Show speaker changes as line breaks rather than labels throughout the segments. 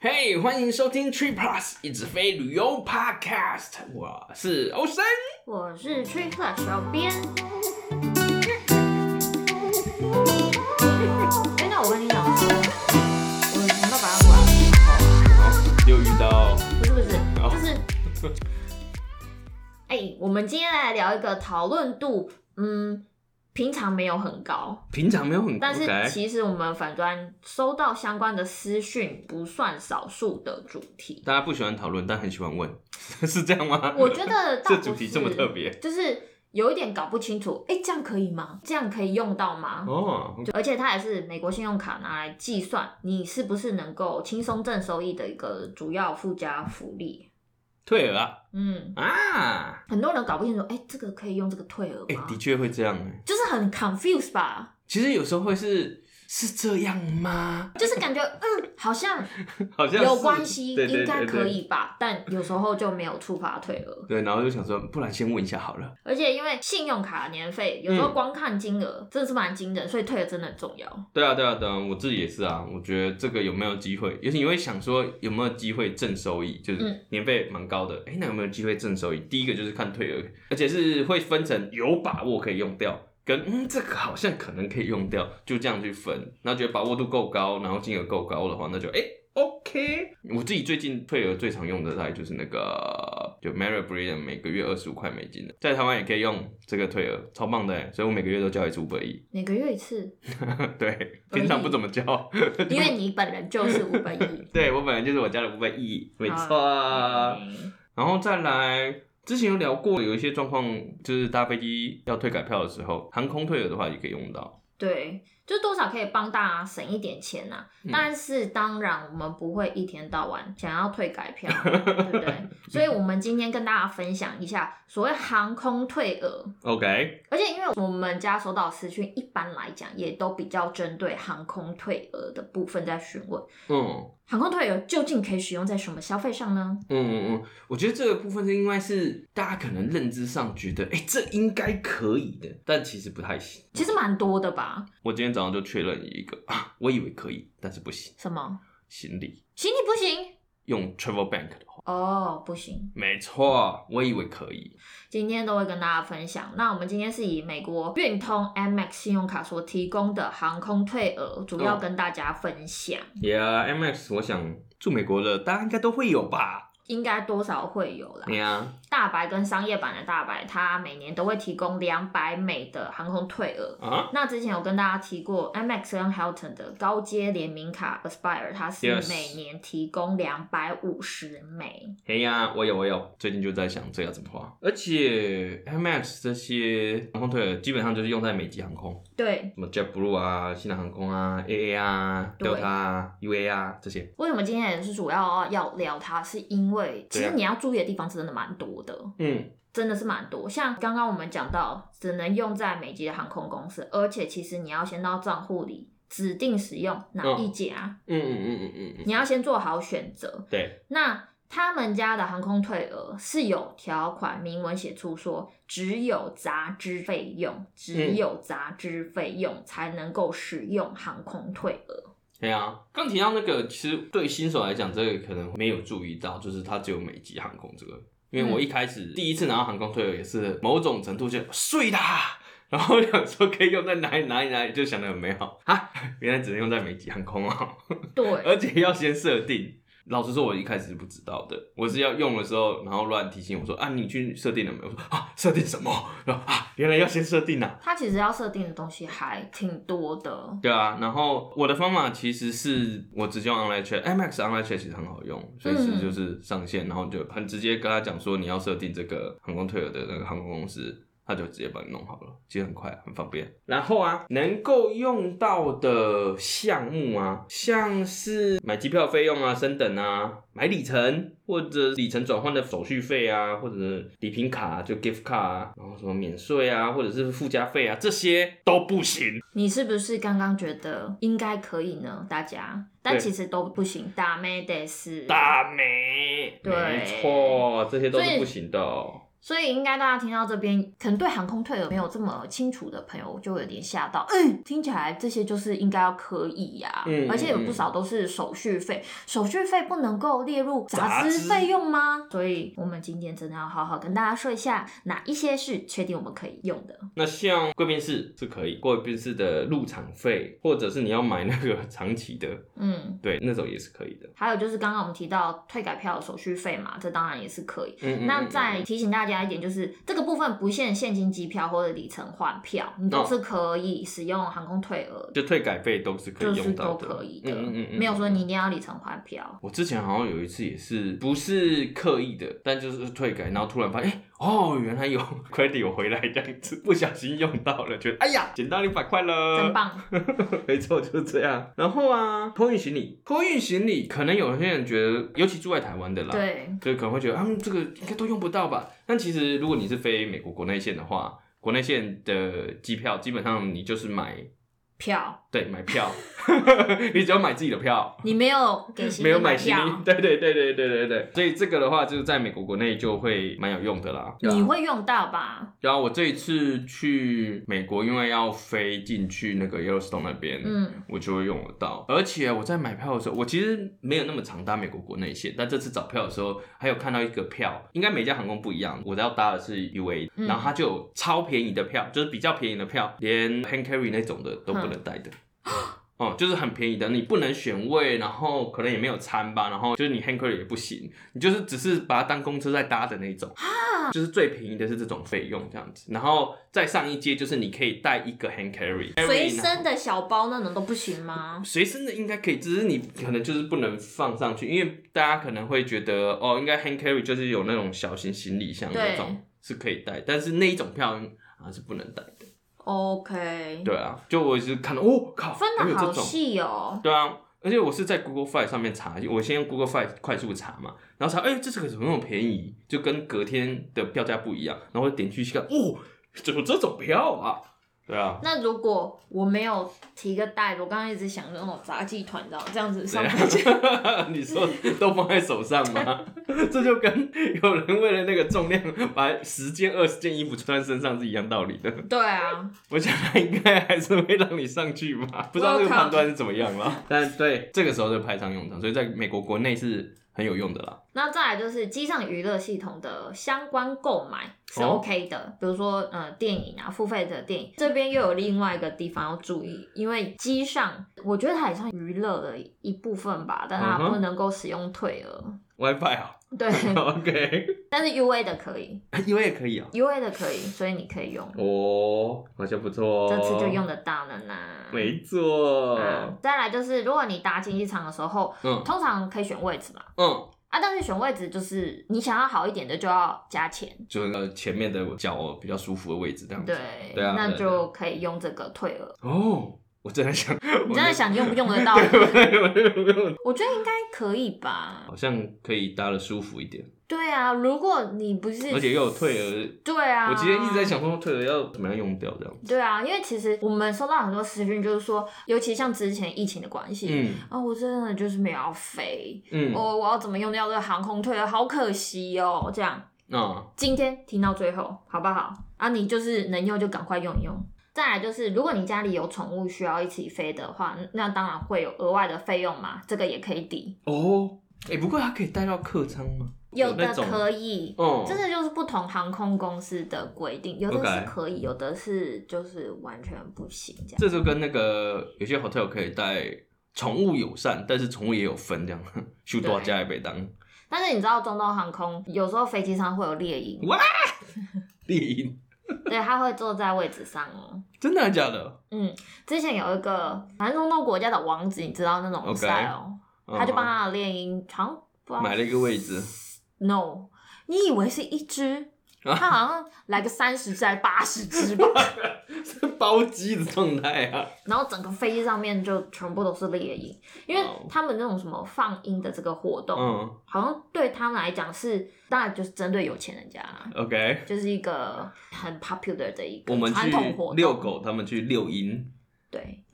嘿欢迎收听 Tree Plus 一直飞旅游 Podcast，我是欧森。
我是 Tree Plus 小编。哎、那我跟你讲说，我红到百万馆的时候
又遇到
啊，不是不是，
哦
就是，哎、我们今天来聊一个讨论度，嗯，平常没有很高，
平常没有很
但是
OK，
其实我们反端收到相关的私讯不算少数的主题。
大家不喜欢讨论，但很喜欢问， 是这样吗？
我觉得倒
这
不
主题
是
这么特别
就是有一点搞不清楚，哎、这样可以吗？这样可以用到吗？
哦，
就而且它也是美国信用卡拿来计算你是不是能够轻松挣收益的一个主要附加福利。
退了啊
嗯，
啊！
很多人搞不清楚，哎、这个可以用这个退额
哎、
吗？
的确会这样哎，
就是很 confused 吧，
其实有时候会是是这样吗？
就是感觉 嗯，好像
好像是
有关系，
对对
应该
对对
可以吧，但有时候就没有触发退额。
对，然后就想说，不然先问一下好了。
而且因为信用卡年费，有时候
嗯
光看金额、真的是蛮惊人，所以退额真的很重要。
对啊，对啊，对啊，我自己也是啊。我觉得这个有没有机会，尤其你会想说有没有机会挣收益，就
嗯
是年费蛮高的，哎、那有没有机会挣收益？第一个就是看退额，而且是会分成有把握可以用掉，跟嗯这个好像可能可以用掉，就这样去分。那觉得把握度够高，然后金额够高的话，那就哎。诶 OK，我自己最近退额最常用的大概就是那个，就 Mary b r i d e n 每个月二十五块美金的，在台湾也可以用这个退额，超棒的诶，所以我每个月都交一次五百亿。
每个月一次，
对，平常不怎么交。
因为你本
。
人就是五百亿
对呃我本来就是我家的五百亿，没错。
嗯
然后再来，之前有聊过，有一些状况就是搭飞机要退改票的时候，航空退额的话也可以用到。
对，就多少可以帮大家省一点钱呐、
嗯
但是当然，我们不会一天到晚想要退改票， 对不对？所以，我们今天跟大家分享一下所谓航空退额。
OK，
而且，因为我们家收到的私讯，一般来讲也都比较针对航空退额的部分在询问，
嗯
航空退额究竟可以使用在什么消费上呢？
嗯嗯嗯，我觉得这个部分是因为是大家可能认知上觉得，哎、这应该可以的，但其实不太行。
其实蛮多的吧？
我今天早上就确认一个啊，我以为可以，但是不行，
什么
行李。
行李不行？
用 Travel Bank 的话，
哦、不行，
没错，我以为可以。
今天都会跟大家分享。那我们今天是以美国运通 Amex 信用卡所提供的航空退额，主要跟大家分享，
Yeah，MX，我想住美国的大家应该都会有吧？
应该多少会有啦。
对呀，
大白跟商业版的大白，它每年都会提供两百美的航空退额。
啊
那之前有跟大家提过，Amex 跟 Hilton 的高阶联名卡 Aspire，它是
Yes
每年提供两百五十美。
嘿哎呀，我有我有，最近就在想这要怎么花。而且 MX 这些航空退额基本上就是用在美籍航空，
对，
什么 JetBlue 啊、新南航空啊、AA 啊、
对
Delta 啊、UA 啊这些。
为什么今天也是主要要聊它，是因为其
对啊
实你要注意的地方是真的蛮多的。
嗯，
真的是蛮多。像刚刚我们讲到，只能用在美籍的航空公司，而且其实你要先到账户里指定使用哪一家，
嗯嗯嗯嗯嗯嗯，
你要先做好选择。
对，
那他们家的航空退额是有条款明文写出说，只有杂支费用，只有杂支费用才能够使用航空退额。
对哎呀。刚提到那个，其实对新手来讲，这个可能没有注意到，就是它只有美籍航空这个。因为我一开始、第一次拿到航空退额，也是某种程度就睡啦，然后想说可以用在哪里哪里哪里，就想的很美好啊，原来只能用在美籍航空哦，
对，
而且要先设定。老实说，我一开始是不知道的，我是要用的时候，然后乱提醒我说啊，你去设定了没有？我说啊，设定什么？然后啊，原来要先设定啊。
它其实要设定的东西还挺多的。
对啊，然后我的方法其实是我直接用 online chat，Amex online chat 其实很好用，随时就是上线，然后就很直接跟他讲说你要设定这个航空退额的那个航空公司，他就直接帮你弄好了，其实很快啊很方便。然后啊，能够用到的项目啊，像是买机票费用啊、升等啊、买里程或者里程转换的手续费啊，或者是礼品卡啊、就 gift card 啊，然后什么免税啊，或者是附加费啊，这些都不行。
你是不是刚刚觉得应该可以呢？大家，但
对
其实都不行，打妹得是。
大美，
对
没错，这些都
所
是
以
不行的哦。
所以应该大家听到这边，可能对航空退额没有这么清楚的朋友，就有点吓到。嗯，听起来这些就是应该要可以呀、
嗯
而且有不少都是手续费，手续费不能够列入
杂
杂支
支
费用吗？所以我们今天真的要好好跟大家说一下，哪一些是确定我们可以用的。
那像贵宾室是可以，贵宾室的入场费，或者是你要买那个长期的，
嗯，
对，那种也是可以的。
还有就是刚刚我们提到退改票的手续费嘛，这当然也是可以。
嗯，嗯
那
嗯
再提醒大家一点，就是这个部分不限现金机票或者里程换票，你都
哦
是可以使用航空退额
就退改费都是可
就
以
是
用
都
到的，
可以的，
嗯嗯嗯嗯，
没有说你一定要里程换票。
我之前好像有一次也是，不是刻意的，嗯但就是退改，然后突然发现，哎、哦，原来有 credit 有回来这样子，不小心用到了，觉得哎呀，捡到一百块了，
真棒！
没错，就是这样。然后啊，托运行李，托运行李，可能有些人觉得，尤其住在台湾的啦，，
对，
所以可能会觉得，嗯，这个应该都用不到吧。但其实如果你是飞美国国内线的话，国内线的机票基本上你就是买，
票
对，买票， 你只要买自己的票。
你没有给行李
没有买
买
行李，
票，
对对对对对对对，所以这个的话，就是在美国国内就会蛮有用的啦。
你会用到吧？
然后啊我这一次去美国，因为要飞进去那个 Yellowstone 那边，
嗯，
我就会用得到。而且我在买票的时候，我其实没有那么常搭美国国内线，但这次找票的时候，还有看到一个票，应该每家航空不一样，我要搭的是 UA，、
嗯
然后它就有超便宜的票，就是比较便宜的票，连 hand carry 那种的都不
嗯
能带的。哦、就是很便宜的，你不能选位，然后可能也没有餐吧，然后就是你 hand carry 也不行，你就是只是把它当公车在搭的那种，
啊
就是最便宜的是这种费用这样子，然后再上一阶就是你可以带一个 hand carry，
嗯随身的小包那种都不行吗？
随身的应该可以，只是你可能就是不能放上去，因为大家可能会觉得哦，应该 hand carry 就是有那种小型行李箱那
对
种是可以带，但是那一种票啊是不能带的。
OK，
对啊，就我也是看到，哦靠，
分
还
的
有这
好
种，
细哦。
对啊。而且我是在 Google Fi 上面查，我先用 Google Fi 快速查嘛，然后查，哎、这这个怎么那么便宜？就跟隔天的票价不一样，然后我点进去看，哦，怎么这种票啊？对啊，
那如果我没有提个袋子，我刚刚一直想那种杂技团，你知道吗这样子上
怎
班就
样？啊 你说都放在手上吗？ 这就跟有人为了那个重量把十件、二十件衣服穿身上是一样道理的。
对啊，
我想他应该还是会让你上去 吧，不知道这个判断是怎么样啦。但对，这个时候就派上用场，所以在美国国内是很有用的啦。
那再来就是机上娱乐系统的相关购买是
哦
OK 的，比如说呃电影啊，付费的电影，这边又有另外一个地方要注意，因为机上我觉得它也算娱乐的一部分吧，但它
嗯哼
不能够使用退额。
WiFi 啊、
对，
o k
但是 U A 的可以
因为也可以啊、
，U A 的可以，所以你可以用，
哦，好像不错哦。
这次就用，得到了呢。
没错。
啊，再来就是如果你搭经济舱的时候，
嗯
通常可以选位置嘛，
嗯，
啊，但是选位置就是你想要好一点的就要加钱。
就是呃前面的脚比较舒服的位置这样子。
对，
对啊
那
对啊
就可以用这个退 额。
哦，我真的想，
你
我
真的想用不 用得到？我觉得应该可以吧。
好像可以搭的舒服一点，
对啊，如果你不是，
而且又有退。额。
对啊，
我今天一直在。想说退额要怎么样用掉这样。
对啊，因为其实我们收到很多私讯，就是说，尤其像之前疫情的关系，
嗯
啊、我真的就是没有要飞，
嗯，
我、我要怎么用掉这个航空退了，好可惜哦。这样，
啊
今天听到最后，好不好？啊，你就是能用就赶快用一用。再来就是，如果你家里有宠物需要一起飞的话，那当然会有额外的费用嘛，这个也可以抵，
哦，哎，不过它可以带到客舱吗？
有的
那种
可以。
哦，
真的就是不同航空公司的规定，有的是
OK
可以有的是就是完全不行这样。
这就跟那个有些 hotel 可以带宠物友善，但是宠物也有分这样， 修多加一杯当
但是你知道中东航空有时候飞机上会有 猎鹰，
丽英，
对，它会坐在位置上哦。
真的还假的？
之前有一个反正中东国家的王子，你知道那种
OK 嗯
style，、哦，他就帮他的猎鹰，好像不知道
买了一个位置，
No，你以为是一只？
啊
它好像来个三十只还八十只 吧，
包机的状态啊。
然后整个飞机上面就全部都是猎鹰，因为
哦
他们那种什么放鹰的这个活动，
嗯
好像对他们来讲是，当然就是针对有钱人家啦，
，OK。
就是一个很 popular 的一个
我们去
传统活动。
遛，狗，他们去遛鹰，
对，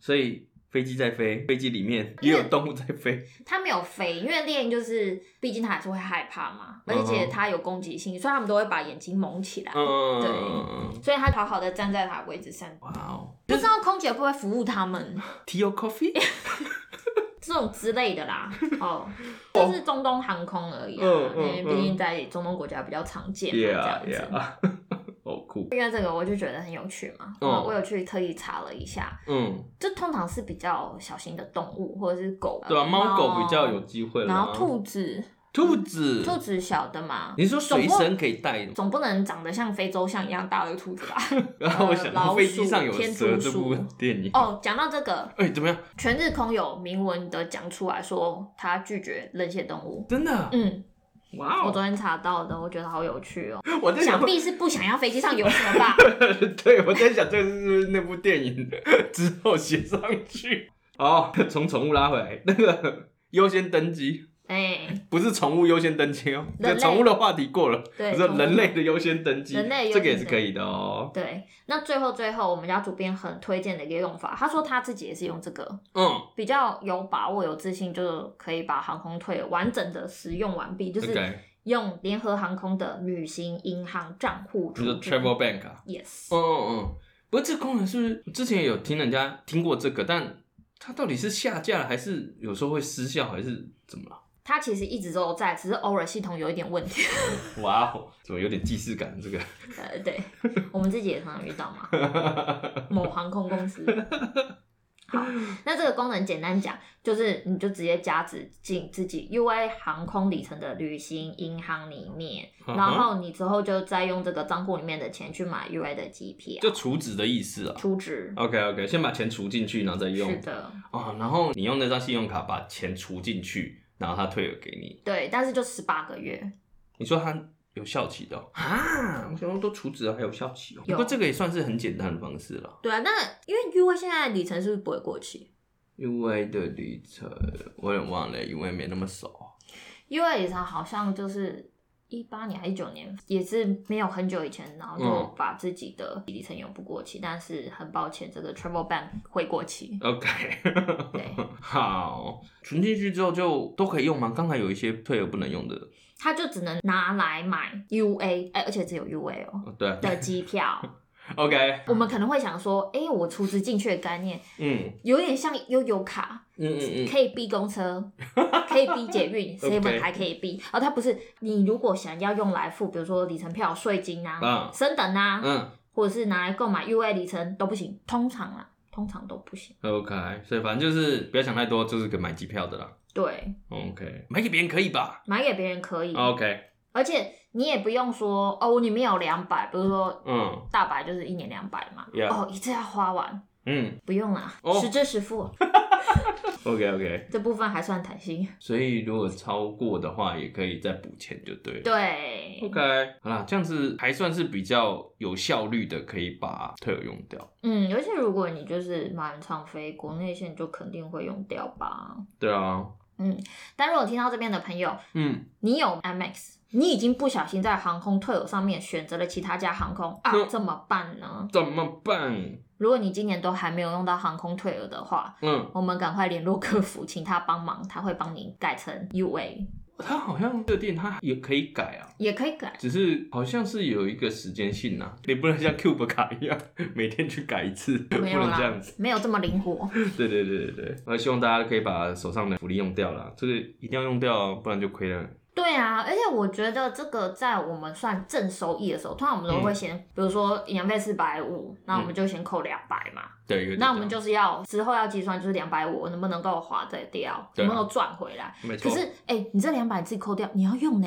所以飞机在飞，飞机里面也有动物在飞，
它没有飞，因为猎鹰就是，毕竟它还是会害怕嘛，而且
嗯哼
它有攻击性，所以它们都会把眼睛蒙起来，
嗯嗯嗯嗯嗯嗯，
所以它好好的站在它的位置上。
哇哦
不知道空姐会不会服务它们
，Tea or coffee？
这种之类 的啦。哦，这是中东航空而已啊，
嗯嗯
因为毕竟在中东国家比较常见嘛，这样
Yeah,
子。
yeah. 好酷。
因为这个我就觉得很有趣嘛，
嗯
嗯、我有去特意查了一下，
嗯，
这通常是比较小型的动物或者是狗，
对啊，
呃
猫狗比较有，啊机会啦
然后兔子，
兔子，
兔子小的嘛，
你是说随
总
身可以带的吗？
总不能长得像非洲象一样大的兔子吧？
然后我想
呃老
到
鼠
飞机上有
天
蛇
竺
这部
鼠
电影，
哦，讲到这个，
哎，怎么样？
全日空有明文的讲出来说他拒绝冷血动物。
真的？
嗯，
哇
我
哦！
昨天查到的，我觉得好有趣哦。
我在想
想，必是不想要飞机上有什 么吧？
对，我在想这是不是那部电影之后写上去？ 哦，从宠物拉回来，那个优先登机，
哎、
不是宠物优先登机哦。
人
这
类
宠物的话题过了，
对
不是
宠物
人类的优先登机，
人类优先
这个也是可以的哦。
对。那最后最后，我们家主编很推荐的一个用法，他说他自己也是用这个，
嗯
比较有把握、有自信，就可以把航空退完整的使用完毕，就是
，OK，
用联合航空的旅行银行账户
就是
出
Travel Bank 啊。
Yes，、
嗯嗯嗯，不过这功能是不是我之前有听人家听过这个，但它到底是下架了，还是有时候会失效，还是怎么了？
它其实一直都在，只是偶尔系统有一点问题。
哇哦，怎么有点既视感？这个
呃，对，我们自己也常常遇到嘛，某航空公司。好，那这个功能简单讲，就是你就直接加指进自己 UA 航空里程的旅行银行里面，
嗯
然后你之后就再用这个账户里面的钱去买 UA 的机票，
就储值的意思啊。
出值。
OK OK，先把钱储进去，然后再用
是的，
哦，然后你用那张信用卡把钱储进去，然后他退了给你。
对，但是就十八个月，
你说他有效期的、哦、啊？我想说都储值了还有效期哦。
有
不过这个也算是很简单的方式了。
对啊，那因为 UA 现在的里程是不是不会过期
因为的旅程我也忘了，因为没那么熟。
？UA 里程好像就是一八年还是九年，也是没有很久以前，然后就
嗯
把自己的里程有不过期，但是很抱歉，这个 Travel Ban 会过期。
OK，
对，
好，存进去之后就都可以用吗？刚才有一些退而不能用的，
它就只能拿来买 UA，哎、而且只有 UA 哦
哦对啊
的机票。
，OK，
我们可能会想说，哎、我出资进去的概念
嗯
有点像悠游卡，
嗯嗯嗯，
可以逼公车，可以逼捷运
嗯 OK
，seven 还可以逼。哦，它不是你如果想要用来付，比如说里程票、税金啊、
嗯
升等啊，
嗯
或者是拿来购买 UA 里程都不行，通常啊，通常都不行。
，OK，所以反正就是不要想太多，就是个买机票的啦。
对，
OK，买给别人可以吧
买给别人可以，
？OK，
而且你也不用说哦，你没有两百，比如说
嗯
大白就是一年两百嘛，
Yeah
哦，一次要花完，
嗯
不用啦，
啊哦
实支实付，
，OK OK，
这部分还算弹性。
所以如果超过的话，也可以再补钱就对了。
对，
OK，好啦，这样子还算是比较有效率的，可以把退而用掉。
嗯，而且如果你就是满场飞国内线，就肯定会用掉吧。
对啊，
但如果听到这边的朋友，
嗯，
你有 MX，你已经不小心在航空退友上面选择了其他家航空啊，
嗯
怎么办呢？
怎么办？
如果你今年都还没有用到航空退额的话，
嗯，
我们赶快联络客服，请他帮忙，他会帮你改成 UA，
它好像这个店它也可以改啊。
也可以改。
只是好像是有一个时间性呐、你不能像 Cube 卡一样每天去改一次，不
没有
能这
啦
样子。，
没有这么灵活。
对对对对对，那希望大家可以把手上的福利用掉啦，这个一定要用掉，不然就亏了。
对啊，而且我觉得这个在我们算正收益的时候，通常我们都
嗯
会先，比如说营费四百五，那我们就先扣两百嘛。
对，有点
那我们就是要之后要计算，就是两百五我能不能够划得掉，
对
能
啊
不能够赚回来？
没
可
错，
是哎、你这两百自己扣掉，你要 用呢、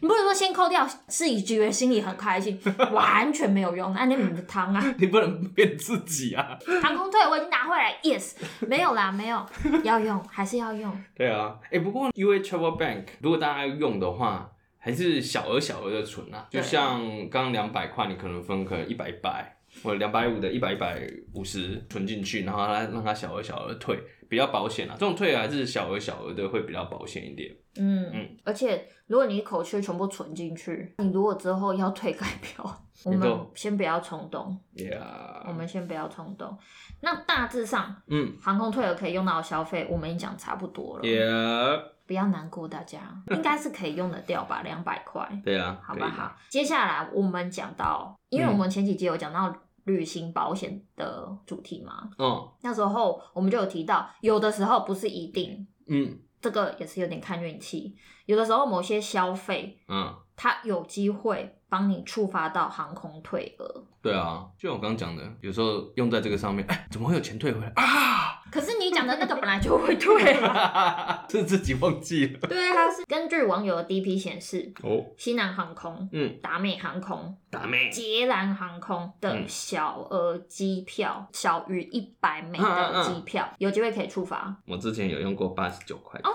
你不能说先扣掉，自己觉得心里很开心，完全没有用。那你们的 汤啊，
你不能骗自己啊。
航空退我已经拿回来，yes，没有啦，没有，要用还是要用，
对啊，哎、不过 U A Travel Bank 如果大家要用的话，还是小额小额的存啊，
对
就
啊
像刚两百块，你可能分个一百一百。或者两百五的一百一百五十存进去，然后它让它小额小额退，比较保险啊。这种退额还是小额小额的会比较保险一点。
嗯
嗯，
而且如果你一口气全部存进去，你如果之后要退改 票，我
你
们
都
先不要冲动，
Yeah，
我们先不要冲动。那大致上，
嗯
航空退额可以用到的消费，我们已经讲差不多了
，Yeah，
不要难过，大家应该是可以用得掉吧，两百块，
对啊，
好
可
不
以
好？接下来我们讲到，因为
嗯
我们前几集有讲到旅行保险的主题嘛，
的？哦，
那时候我们就有提到，有的时候不是一定，
嗯
这个也是有点看运气，有的时候某些消费。
嗯，
它有机会帮你触发到航空退额。
对啊，就像我刚刚讲的，有时候用在这个上面，哎，怎么会有钱退回来 啊？
可是你讲的那个本来就会 退啊，
是自己忘记了
对，它是根据网友的 DP 显示，
哦，
西南航空、
嗯，
达美航空、
打妹
捷兰航空的
嗯
小额机票，小于一百美
嗯
的
嗯嗯
机票，有机会可以触发
我之前有用过八十九块
哦
嗯
啊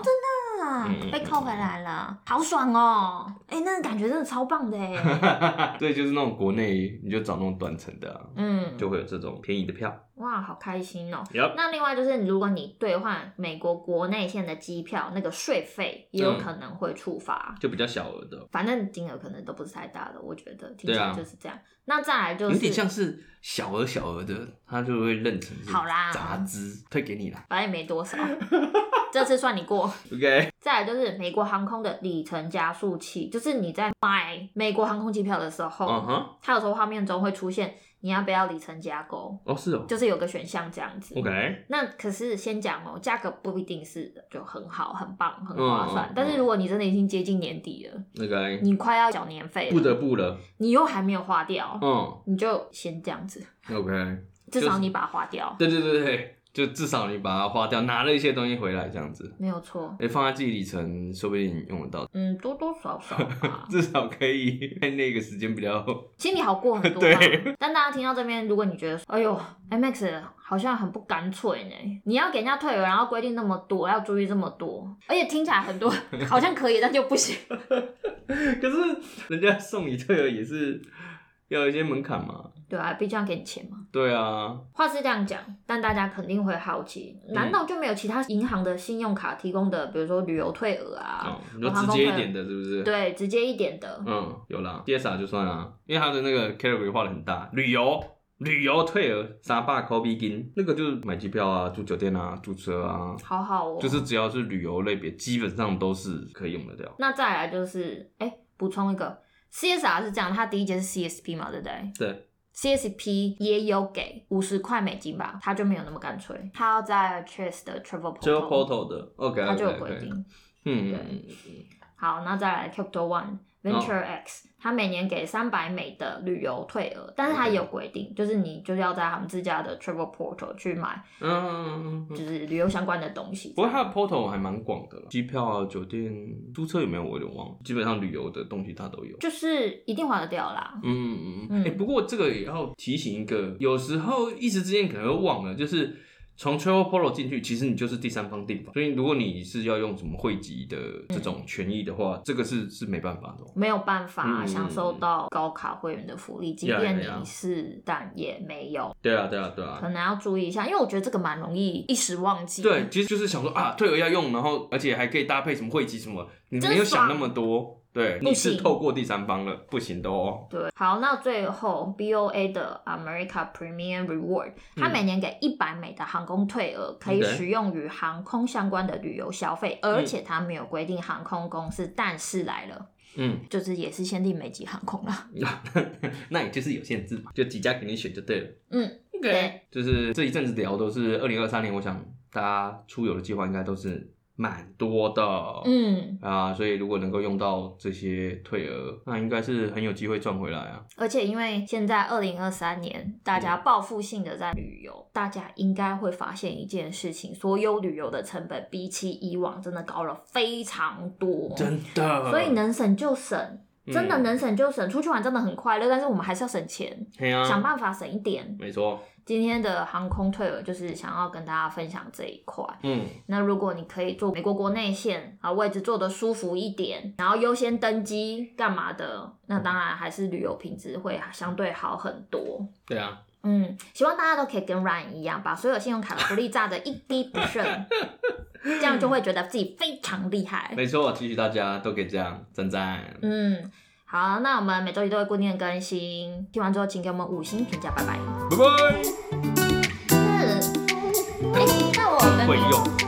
嗯嗯
被扣回来了，好爽哦！哎、那感觉真的超棒的哎。
钱， 对，就是那种国内你就找那种短程的、啊，
嗯，
就会有这种便宜的票。
哇，好开心哦！
y
那另外就是，如果你兑换美国国内线的机票，那个税费也有
嗯
可能会触发，
就比较小额的，哦
反正金额可能都不是太大的，我觉得听起
对
来
啊
就是这样。那再来就是，
有点像是小额小额的，他就会认成是
好啦
杂资退给你啦。
反正也没多少，这次算你过。
OK，
再来就是美国航空的里程加速器，就是你在买美国航空机票的时候，
嗯哼，
它有时候画面中会出现你要不要里程加购，
哦是哦
就是有个选项这样子。
，OK，
那可是先讲哦，价格不一定是就很好、很棒、很划算。
嗯嗯
但是如果你真的已经接近年底了，
那个
你快要缴年费了，
不得不了，
你又还没有花掉，
嗯
你就先这样子，
，OK，
至
就
少
是
你把它花掉，
对对对对，就至少你把它花掉，拿了一些东西回来这样子，
没有错。
哎、放在自己里程，说不定用得到，，
嗯，多多少少吧
至少可以在那个时间比较
心里好过很多吧。但大家听到这边，如果你觉得，哎呦，MX 好像很不干脆呢，你要给人家退额，然后规定那么多，要注意这么多，而且听起 来很多好像可以，但就不行。
可是人家送你退了也是要有一些门槛嘛。
对啊，毕竟要给你钱嘛。
对啊，
话是这样讲，但大家肯定会好奇，难道就没有其他银行的信用卡提供的，比如说旅游退额啊
哦，，你说直接一点的，是不是？。
对，直接一点的，
嗯，有啦，DSR 就算啦，因为它的那个 category 画的很大，旅游、旅游退额、沙坝、c o b i 金，那个就是买机票啊、住酒店啊、住车啊，
好好哦。
就是只要是旅游类别，基本上都是可以用得掉。
那再来就是，哎、补充一个，CSR 是这样，它第一节是 CSP 嘛，对不对
对，
？CSP 也有给五十块美金吧，它就没有那么干脆，它要在 Chase 的 Travel
只有
Portal，
portal 的，OK，
它就有规定。。
嗯，
对
嗯
好，那再来 Crypto
哦
One Venture X，、它每年给三百美的旅游退额，但是它也有规定，就是你就是要在他们自家的 Travel Portal 去买，
嗯嗯
就
嗯。
是旅游相关的东西。
不过它的 portal 还蛮广的啦，机票啊、酒店、租车有没有我有点忘了，基本上旅游的东西它都有。
就是一定划得掉啦。
嗯嗯
嗯
嗯，哎、不过这个也要提醒一个，有时候一时之间可能会忘了，就是从 Travel Polo 进去，其实你就是第三方订房，所以如果你是要用什么汇集的这种权益的话，这个是是没办法的哦、
没有办法
嗯
享受到高卡会员的福利，即
呀
便
呀呀
你是，但也没有，
对啊，对啊，对
可
啊。
能要注意一下，因为我觉得这个蛮容易一时忘记。
对，，其实就是想说啊，退而要用，然后而且还可以搭配什么汇集什么，你没有想那么多，对，
不
你
行
是透过第三方了，不行的哦。
对，好，那最后 BOA 的 America Premier Reward，它
嗯
每年给一百美的航空退额，可以
OK
使用于航空相关的旅游消费，而且它没有规定航空公司，但是来了，
嗯，
就是也是限定美籍航空啊啦。
那也就是有限制嘛，就几家给你选就对了。
嗯
，OK，
对，
就是这一阵子聊都是二零二三年，我想大家出游的计划应该都是蛮多的，
嗯，
啊，所以如果能够用到这些退额，那应该是很有机会赚回来啊。
而且因为现在二零二三年，大家报复性的在旅游，大家应该会发现一件事情：所有旅游的成本比起以往真的高了非常多，
真的
所以，能省就省，真的
嗯
能省就省。出去玩真的很快乐，但是我们还是要省钱，
对啊，
想办法省一点。
没错，
今天的航空退额就是想要跟大家分享这一块。
嗯，
那如果你可以坐美国国内线啊，位置坐得舒服一点，然后优先登机干嘛的，那当然还是旅游品质会相对好很多。
对啊，
嗯，希望大家都可以跟 Ryan 一样，把所有信用卡的福利炸得一滴不剩，这样就会觉得自己非常厉害。
没错，提醒大家都可以这样，赞赞。
嗯，好，那我们每周一都会固定的更新，听完之后请给我们五星评价，拜拜。
拜拜。
嗯，哎、那我们
会用。